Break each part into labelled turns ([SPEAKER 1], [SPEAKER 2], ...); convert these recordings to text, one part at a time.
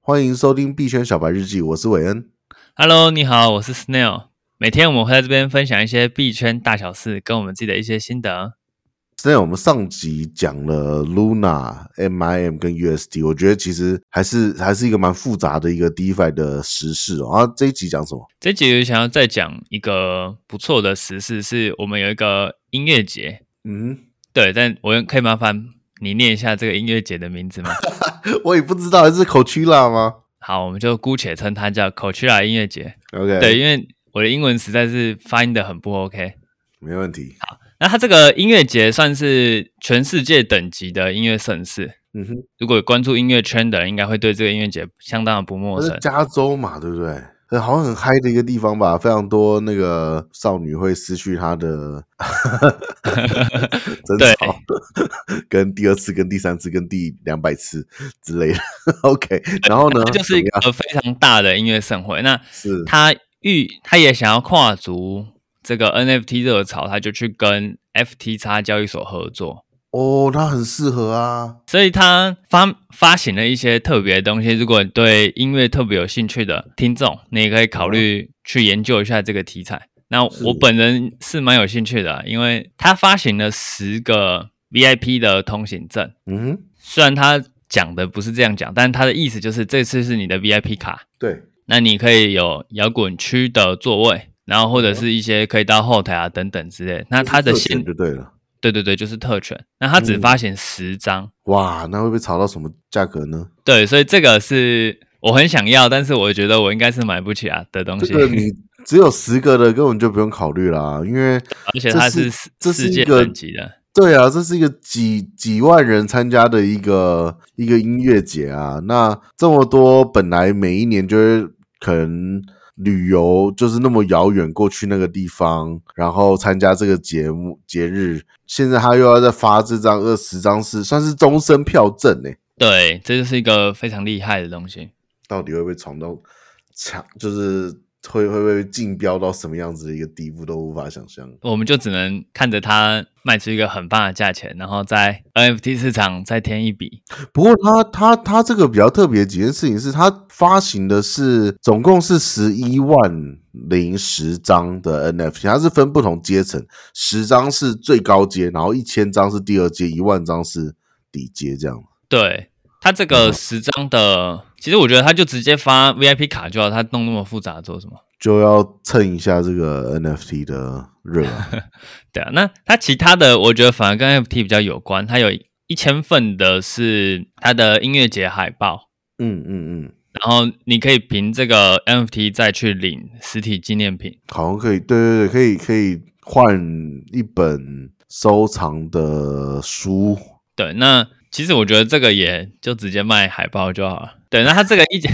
[SPEAKER 1] 欢迎收听币圈小白日记，我是韦恩。
[SPEAKER 2] Hello，你好，我是 Snail。每天我们会在这边分享一些币圈大小事，跟我们自己的一些心得。
[SPEAKER 1] 之前我们上集讲了 Luna、MIM 跟 USD，我觉得其实还是还是一个蛮复杂的一个 DeFi 的时事哦。啊，这一集讲什么？
[SPEAKER 2] 这集想要再讲一个不错的时事，是我们有一个音乐节。
[SPEAKER 1] 嗯，
[SPEAKER 2] 对，但我可以麻烦你念一下这个音乐节的名字吗？
[SPEAKER 1] 我也不知道，是 Coachella 吗
[SPEAKER 2] 好，我们就姑且称它叫 Coachella 音乐节。
[SPEAKER 1] ？OK，
[SPEAKER 2] 对，，因为我的英文实在是发音的很不 OK。
[SPEAKER 1] 没问题。
[SPEAKER 2] 那它这个音乐节算是全世界等级的音乐盛事。
[SPEAKER 1] 嗯哼，
[SPEAKER 2] 如果有关注音乐圈的人，应该会对这个音乐节相当的不陌
[SPEAKER 1] 它
[SPEAKER 2] 生
[SPEAKER 1] 是。加州嘛，对不对？呃好像很嗨的一个地方吧，非常多那个少女会失去她 的 争
[SPEAKER 2] 对
[SPEAKER 1] 吵，跟第二次、跟第三次、跟第两百次之类的。OK，然后呢，
[SPEAKER 2] 这就是一
[SPEAKER 1] 怎么样
[SPEAKER 2] 个非常大的音乐盛会。那
[SPEAKER 1] 是
[SPEAKER 2] 他预他也想要跨足这个 NFT 热潮，他就去跟 FTX 交易所合作，
[SPEAKER 1] 哦，它很适合啊。
[SPEAKER 2] 所以他发发行了一些特别的东西。如果你对音乐特别有兴趣的听众，你也可以考虑去研究一下这个题材。那
[SPEAKER 1] 是
[SPEAKER 2] 我本人是蛮有兴趣的，啊因为他发行了十个 VIP 的通行证，
[SPEAKER 1] 嗯哼，
[SPEAKER 2] 虽然他讲的不是这样讲，但他的意思就是这次是你的 VIP 卡。
[SPEAKER 1] 对，
[SPEAKER 2] 那你可以有摇滚区的座位，然后或者是一些可以到后台啊等等之类。那它的
[SPEAKER 1] 哦就是特
[SPEAKER 2] 限
[SPEAKER 1] 权，就对了。
[SPEAKER 2] 对对对，就是特权。那它只
[SPEAKER 1] 嗯
[SPEAKER 2] 发行十张，
[SPEAKER 1] 哇，那会被炒到什么价格呢？
[SPEAKER 2] 对，所以这个是我很想要，但是我觉得我应该是买不起啊的东
[SPEAKER 1] 这
[SPEAKER 2] 西。
[SPEAKER 1] 个你只有十个的，根本就不用考虑啦，因为
[SPEAKER 2] 而且它
[SPEAKER 1] 这是
[SPEAKER 2] 是世
[SPEAKER 1] 这是
[SPEAKER 2] 世
[SPEAKER 1] 一
[SPEAKER 2] 界
[SPEAKER 1] 个
[SPEAKER 2] 等级的，
[SPEAKER 1] 对啊，这是一个几几万人参加的一个一个音乐节啊。那这么多，本来每一年就会可能旅游就是那么遥远过去那个地方，然后参加这个节目节日，现在他又要再发这张二十张是算是终身票证欸呢、
[SPEAKER 2] 对，这就是一个非常厉害的东西。
[SPEAKER 1] 到底会不会闯到抢，就是会会不会竞标到什么样子的一个地步都无法想象。
[SPEAKER 2] 我们就只能看着它卖出一个很棒的价钱，然后在 NFT 市场再添一笔。
[SPEAKER 1] 不过他他他这个比较特别的几件事情是，他发行的是总共是十一万零十张的 NFT，它是分不同阶层，十张是最高阶，然后一千张是第二阶，一万张是底阶这样。
[SPEAKER 2] 对他这个十张的，其实我觉得他就直接发 VIP 卡就好，他弄那么复杂做什么？
[SPEAKER 1] 就要蹭一下这个 NFT 的热啊、
[SPEAKER 2] 对啊，那他其他的我觉得反而跟 NFT 比较有关，他有一千份的是他的音乐节海报，
[SPEAKER 1] 嗯嗯嗯，
[SPEAKER 2] 然后你可以凭这个 NFT 再去领实体纪念品。
[SPEAKER 1] 好像可以，对对对，可以可以换一本收藏的书，
[SPEAKER 2] 对，那其实我觉得这个也就直接卖海报就好了。对，那他这个一千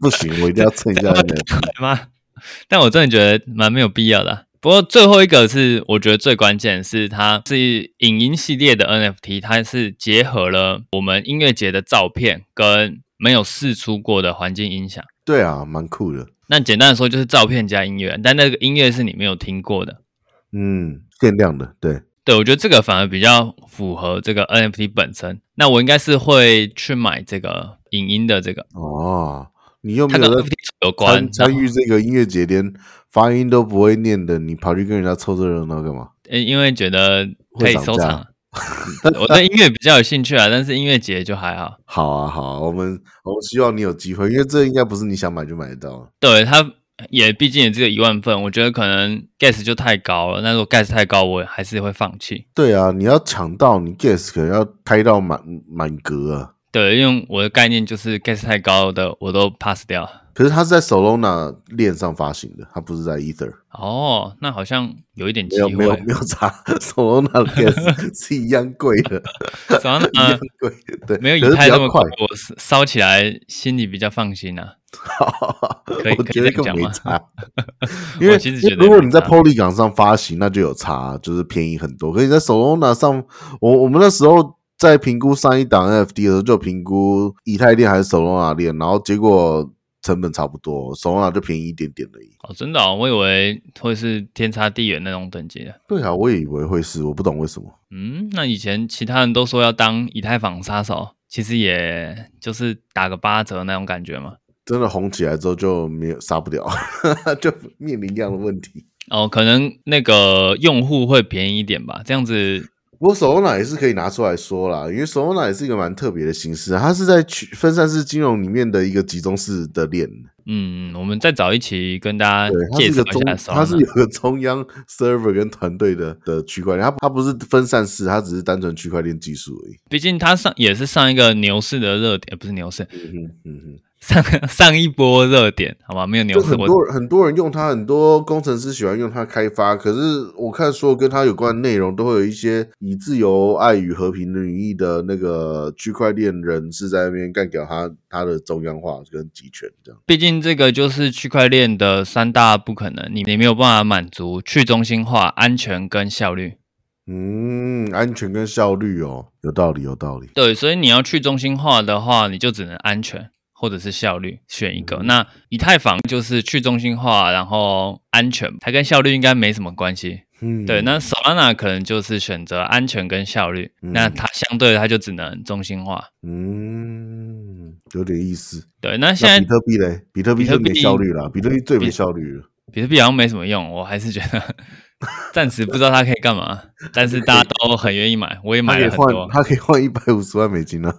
[SPEAKER 1] 不行，我一定要蹭一下 NFT。
[SPEAKER 2] 吗？ 但我真的觉得蛮没有必要的啊、不过最后一个是我觉得最关键是它是影音系列的 NFT，它是结合了我们音乐节的照片跟没有试出过的环境音响。
[SPEAKER 1] 对啊，蛮酷的。
[SPEAKER 2] 那简单的说就是照片加音乐，啊但那个音乐是你没有听过的。
[SPEAKER 1] 嗯，限量的，对，
[SPEAKER 2] 对，我觉得这个反而比较符合这个 NFT 本身。那我应该是会去买这个影音的这个，
[SPEAKER 1] 哦，你又
[SPEAKER 2] 它
[SPEAKER 1] 没
[SPEAKER 2] 跟
[SPEAKER 1] 有在
[SPEAKER 2] NFT 有关
[SPEAKER 1] 参。参与这个音乐节，连发音都不会念的，你跑去跟人家凑这热闹干嘛？
[SPEAKER 2] 呃，因为觉得可
[SPEAKER 1] 会
[SPEAKER 2] 以
[SPEAKER 1] 涨
[SPEAKER 2] 收
[SPEAKER 1] 价
[SPEAKER 2] 藏。我对音乐比较有兴趣啊，但是音乐节就还好。
[SPEAKER 1] 好啊，好啊，我们我希望你有机会，因为这应该不是你想买就买得到的。
[SPEAKER 2] 对它也毕竟也只有一万份，我觉得可能 gas 就太高了。那如果 gas 太高，我还是会放弃。
[SPEAKER 1] 对啊，你要抢到，你 guess 可能要开到满满格啊。
[SPEAKER 2] 对，因为我的概念就是 gas 太高的我都 pass 掉。
[SPEAKER 1] 可是它是在 Solana 链上发行的，它不是在 Ether，
[SPEAKER 2] 哦，那好像有一点
[SPEAKER 1] 没
[SPEAKER 2] 机
[SPEAKER 1] 有
[SPEAKER 2] 会。
[SPEAKER 1] 没有没有差 ，Solana 的 gas 是一样贵的，
[SPEAKER 2] 怎么
[SPEAKER 1] 一样
[SPEAKER 2] 呢？
[SPEAKER 1] 贵，对，
[SPEAKER 2] 没有
[SPEAKER 1] 可
[SPEAKER 2] 以
[SPEAKER 1] 是比
[SPEAKER 2] 太那
[SPEAKER 1] 较
[SPEAKER 2] 么
[SPEAKER 1] 快
[SPEAKER 2] 贵，，我烧起来心里比较放心啊。以
[SPEAKER 1] 我
[SPEAKER 2] 可以
[SPEAKER 1] 觉
[SPEAKER 2] 这
[SPEAKER 1] 得
[SPEAKER 2] 样
[SPEAKER 1] 更
[SPEAKER 2] 讲
[SPEAKER 1] 没
[SPEAKER 2] 吗
[SPEAKER 1] 差，因为
[SPEAKER 2] 其实
[SPEAKER 1] 因为
[SPEAKER 2] 觉得
[SPEAKER 1] 如果
[SPEAKER 2] 没
[SPEAKER 1] 你在
[SPEAKER 2] 差
[SPEAKER 1] Polygon 上发行，那就有差，啊就是便宜很多。可是你在 Solana 上，我我们那时候在评估上一档 NFT 的时候，就评估以太链还是 Solana 链，然后结果成本差不多，Solana 就便宜一点点而已。
[SPEAKER 2] 哦，真的、哦，我以为会是天差地远那种等级的。
[SPEAKER 1] 对啊，我也以为会是，我不懂为什么。
[SPEAKER 2] 嗯，那以前其他人都说要当以太坊杀手，其实也就是打个八折那种感觉嘛。
[SPEAKER 1] 真的红起来之后就没有杀不了， 就面临一样的问题。
[SPEAKER 2] 哦，可能那个用户会便宜一点吧，这样子
[SPEAKER 1] 不过手工奶也是可以拿出来说啦，因为手工奶也是一个蛮特别的形式啊，它是在区分散式金融里面的一个集中式的链，
[SPEAKER 2] 嗯，我们再找一期跟大家
[SPEAKER 1] 对，它是
[SPEAKER 2] 介
[SPEAKER 1] 一
[SPEAKER 2] 绍
[SPEAKER 1] 个
[SPEAKER 2] 一
[SPEAKER 1] 中
[SPEAKER 2] 下，
[SPEAKER 1] 它是有个中央 server 跟团队的的区块链，它它不是分散式，它只是单纯区块链技术而已。
[SPEAKER 2] 毕竟它上也是上一个牛市的热点，呃不是牛市，
[SPEAKER 1] 嗯哼嗯哼，
[SPEAKER 2] 上上一波热点，好吧，没有牛
[SPEAKER 1] 就
[SPEAKER 2] 市，
[SPEAKER 1] 很
[SPEAKER 2] 我
[SPEAKER 1] 多人很多人用它，很多工程师喜欢用它开发，可是我看所有跟它有关的内容都会有一些以自由、爱与和平的名义的那个区块链人士在那边干掉它它的中央化跟集权这样。
[SPEAKER 2] 毕竟这个就是区块链的三大不可能，你你没有办法满足去中心化、安全跟效率。
[SPEAKER 1] 嗯，安全跟效率哦，有道理，有道理。
[SPEAKER 2] 对，所以你要去中心化的话，你就只能安全或者是效率选一个。
[SPEAKER 1] 嗯
[SPEAKER 2] 那以太坊就是去中心化，然后安全，它跟效率应该没什么关系。
[SPEAKER 1] 嗯，
[SPEAKER 2] 对，那 Solana 可能就是选择安全跟效率，
[SPEAKER 1] 嗯
[SPEAKER 2] 那它相对的它就只能中心化。
[SPEAKER 1] 嗯，有点意思。
[SPEAKER 2] 对，那现
[SPEAKER 1] 那
[SPEAKER 2] 在
[SPEAKER 1] 比特币嘞？比特币
[SPEAKER 2] 比特
[SPEAKER 1] 最
[SPEAKER 2] 币
[SPEAKER 1] 没效率了，比特币最没
[SPEAKER 2] 比
[SPEAKER 1] 效率了。
[SPEAKER 2] 比特币好像没什么用，我还是觉 得暂时不知道它可以干嘛，但是大家都很愿意买，我也
[SPEAKER 1] 它
[SPEAKER 2] 买
[SPEAKER 1] 可以
[SPEAKER 2] 了很
[SPEAKER 1] 换，
[SPEAKER 2] 多。
[SPEAKER 1] 它可以换一百五十万美金了，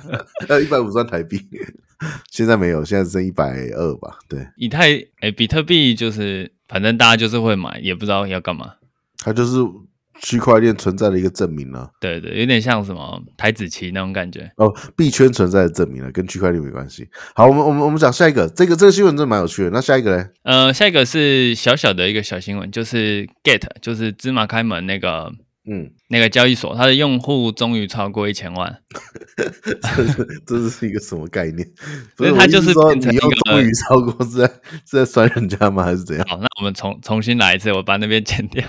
[SPEAKER 1] 呃，一百五十万台币。 现在没有，现在只剩一百二吧？对，
[SPEAKER 2] 以太诶、比特币就是反正大家就是会买，也不知道要干嘛。
[SPEAKER 1] 它就是区块链存在的一个证明了。
[SPEAKER 2] 对对，有点像什么台子棋那种感觉。
[SPEAKER 1] 哦，币圈存在的证明了，跟区块链没关系。好，我们我们我们讲下一个，这个这个新闻真的蛮有趣的。那下一个嘞？
[SPEAKER 2] 呃，下一个是小小的一个小新闻，就是 Gate，就是芝麻开门那个
[SPEAKER 1] 嗯，
[SPEAKER 2] 那个交易所，它的用户终于超过一千万。
[SPEAKER 1] 这是这是一个什么概 念？不
[SPEAKER 2] 因
[SPEAKER 1] 是，
[SPEAKER 2] 为它
[SPEAKER 1] 我意思
[SPEAKER 2] 就是
[SPEAKER 1] 说
[SPEAKER 2] 变成
[SPEAKER 1] 你
[SPEAKER 2] 一
[SPEAKER 1] 用
[SPEAKER 2] 个哎
[SPEAKER 1] 终于超过是在是在酸人家吗？还是怎 样？
[SPEAKER 2] 好，那我们重重新来一次，我把那边剪掉。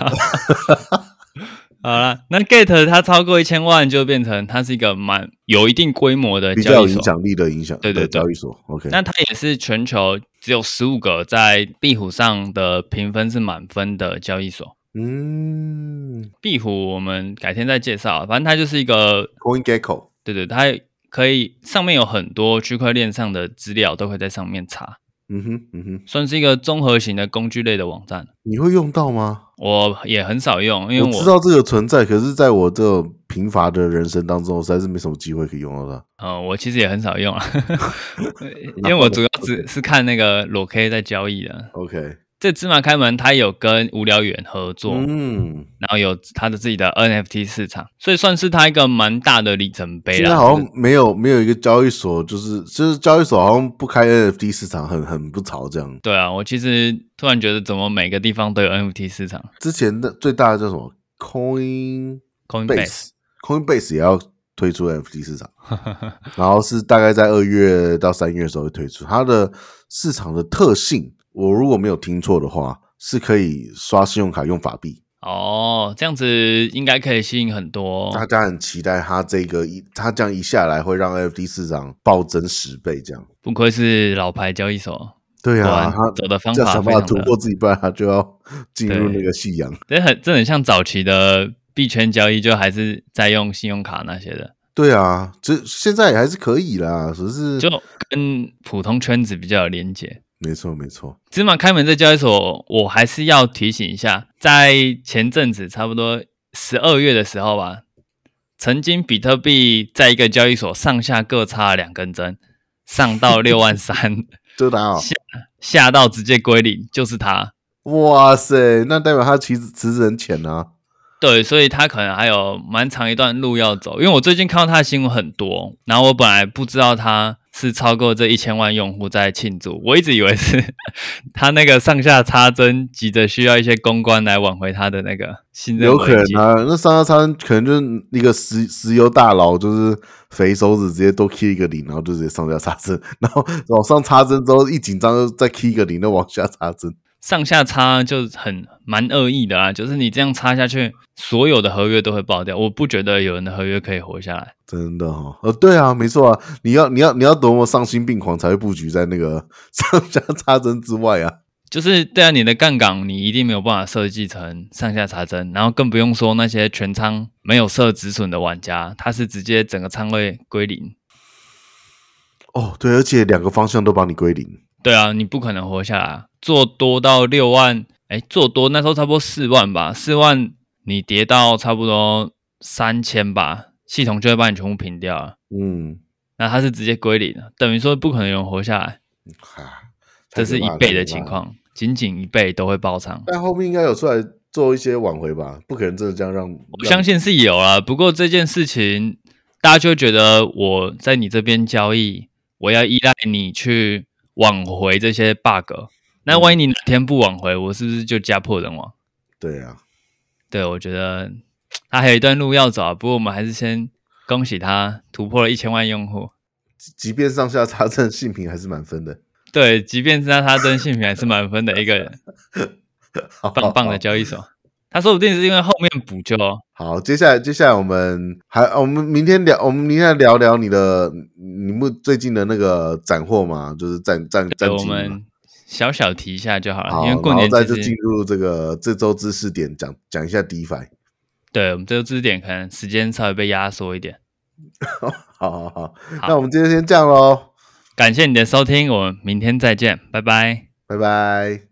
[SPEAKER 2] 好了，那 Gate 它超过一千万，就变成它是一个蛮有一定规模的
[SPEAKER 1] 比较
[SPEAKER 2] 交
[SPEAKER 1] 有
[SPEAKER 2] 易
[SPEAKER 1] 影
[SPEAKER 2] 所。
[SPEAKER 1] 响力的影响
[SPEAKER 2] 对对
[SPEAKER 1] 的
[SPEAKER 2] 对
[SPEAKER 1] 交易所。OK，
[SPEAKER 2] 那它也是全球只有十五个在壁虎上的评分是满分的交易所。
[SPEAKER 1] 嗯
[SPEAKER 2] 壁虎我们改天再介绍，啊反正它就是一个
[SPEAKER 1] ，CoinGecko，
[SPEAKER 2] 对对，它可以上面有很多区块链上的资料都可以在上面查，
[SPEAKER 1] 嗯哼嗯哼，
[SPEAKER 2] 算是一个综合型的工具类的网站。
[SPEAKER 1] 你会用到吗？
[SPEAKER 2] 我也很少用，因为
[SPEAKER 1] 我
[SPEAKER 2] 我
[SPEAKER 1] 知道这个存在，可是在我这种贫乏的人生当中，我实在是没什么机会可以用到它。
[SPEAKER 2] 呃，我其实也很少用啊， 因为我主要只是看那个裸 K 在交易的。
[SPEAKER 1] OK，
[SPEAKER 2] 这芝麻开门，它有跟无聊猿合作，
[SPEAKER 1] 嗯，
[SPEAKER 2] 然后有它的自己的 NFT 市场，所以算是它一个蛮大的里程碑
[SPEAKER 1] 现
[SPEAKER 2] 啦。
[SPEAKER 1] 在好
[SPEAKER 2] 就是
[SPEAKER 1] 像没有没有一个交易所，就是就是交易所好像不开 NFT 市场，很很不潮这样。
[SPEAKER 2] 对啊，我其实突然觉得怎么每个地方都有 NFT 市场
[SPEAKER 1] 之前的最大的叫什么 Coinbase，Coinbase
[SPEAKER 2] ，Coinbase，
[SPEAKER 1] 也要推出 NFT 市场。 然后是大概在二月到三月的时候会推出。它的市场的特性，我如果没有听错的话，是可以刷信用卡用法币。
[SPEAKER 2] 哦，这样子应该可以吸引很多
[SPEAKER 1] 大家很期待它这个一，它这样一下来会让 FD 市场暴增十倍这样。
[SPEAKER 2] 不愧是老牌交易所，
[SPEAKER 1] 对
[SPEAKER 2] 果
[SPEAKER 1] 啊，
[SPEAKER 2] 然
[SPEAKER 1] 它
[SPEAKER 2] 走的方
[SPEAKER 1] 要
[SPEAKER 2] 法
[SPEAKER 1] 想
[SPEAKER 2] 非
[SPEAKER 1] 办法
[SPEAKER 2] 常
[SPEAKER 1] 突
[SPEAKER 2] 的
[SPEAKER 1] 破，自己，不然它就要进入
[SPEAKER 2] 对
[SPEAKER 1] 那个夕阳。
[SPEAKER 2] 这很这很像早期的币圈交易，就还是在用信用卡那些的，
[SPEAKER 1] 对啊，这现在也还是可以啦，只是
[SPEAKER 2] 就跟普通圈子比较有连接。
[SPEAKER 1] 没错没错，
[SPEAKER 2] 芝麻开门这交易所，我还是要提醒一下，在前阵子差不多十二月的时候吧，曾经比特币在一个交易所上下各插了两根针，上到六万三，
[SPEAKER 1] 就打啊好。
[SPEAKER 2] 下到直接归零，就是它。
[SPEAKER 1] 哇塞，那代表它其实辞职很浅啊。
[SPEAKER 2] 对，所以他可能还有蛮长一段路要走，因为我最近看到他的新闻很多，然后我本来不知道他是超过这一千万用户在庆祝，我一直以为是 他那个上下插针急着需要一些公关来挽回他的那个信任
[SPEAKER 1] 有可
[SPEAKER 2] 危
[SPEAKER 1] 能
[SPEAKER 2] 机。
[SPEAKER 1] 啊，那商家餐可能就是一个石石油大佬，就是肥手指直接多 K 一个零，然后就直接上下插针， 然后往上插针之后一紧张就再 K 一个零，再往下插针。
[SPEAKER 2] 上下插就很蛮恶意的啊，就是你这样插下去，所有的合约都会爆掉。我不觉得有人的合约可以活下来。
[SPEAKER 1] 真的哦，呃，对啊，没错啊，你要你要你要多么丧心病狂才会布局在那个 上下插针之外啊？
[SPEAKER 2] 就是对啊，你的杠杆你一定没有办法设计成上下插针，然后更不用说那些全仓没有设止损的玩家，他是直接整个仓位归零，
[SPEAKER 1] 哦，对，而且两个方向都帮你归零。
[SPEAKER 2] 对啊，你不可能活下来啊，做多到六万，哎，做多那时候差不多四万吧，四万你跌到差不多三千吧，系统就会把你全部平掉了。
[SPEAKER 1] 嗯，
[SPEAKER 2] 那它是直接归零的，等于说不可能有人活下来，
[SPEAKER 1] 哈，
[SPEAKER 2] 这是
[SPEAKER 1] 太可
[SPEAKER 2] 一
[SPEAKER 1] 怕了
[SPEAKER 2] 倍的情。况，仅仅一倍都会爆仓
[SPEAKER 1] 太可怕了。但后面应该有出来做一些挽回吧？不可能真的这样让。
[SPEAKER 2] 我相信是有啦，不过这件事情大家就会觉得我在你这边交易，我要依赖你去挽回这些 bug。那万一你哪天不挽回，我是不是就家破人亡？
[SPEAKER 1] 对啊，
[SPEAKER 2] 对，我觉得他还有一段路要走啊。不过我们还是先恭喜他突破了一千万用户。
[SPEAKER 1] 即即便上下差正性平还是满分的，
[SPEAKER 2] 对，即便是他他真性品还是满分的一个
[SPEAKER 1] 好
[SPEAKER 2] 棒棒的。交易所。他说不定是因为后面补救哦，
[SPEAKER 1] 好，接下来接下来我们还我们明天聊，我们明天聊聊你的你们最近的那个斩获嘛，就是战战
[SPEAKER 2] 对
[SPEAKER 1] 战
[SPEAKER 2] 我
[SPEAKER 1] 绩嘛。
[SPEAKER 2] 们小小提一下就好了，
[SPEAKER 1] 好，
[SPEAKER 2] 因为过
[SPEAKER 1] 然后
[SPEAKER 2] 年
[SPEAKER 1] 再
[SPEAKER 2] 其
[SPEAKER 1] 就进
[SPEAKER 2] 实
[SPEAKER 1] 入这个这周知识点，讲讲一下 DeFi。
[SPEAKER 2] 对我们这个知识点可能时间稍微被压缩一点。
[SPEAKER 1] 好好好，那我们今天先这样喽，
[SPEAKER 2] 感谢你的收听，我们明天再见，拜拜。
[SPEAKER 1] 拜拜。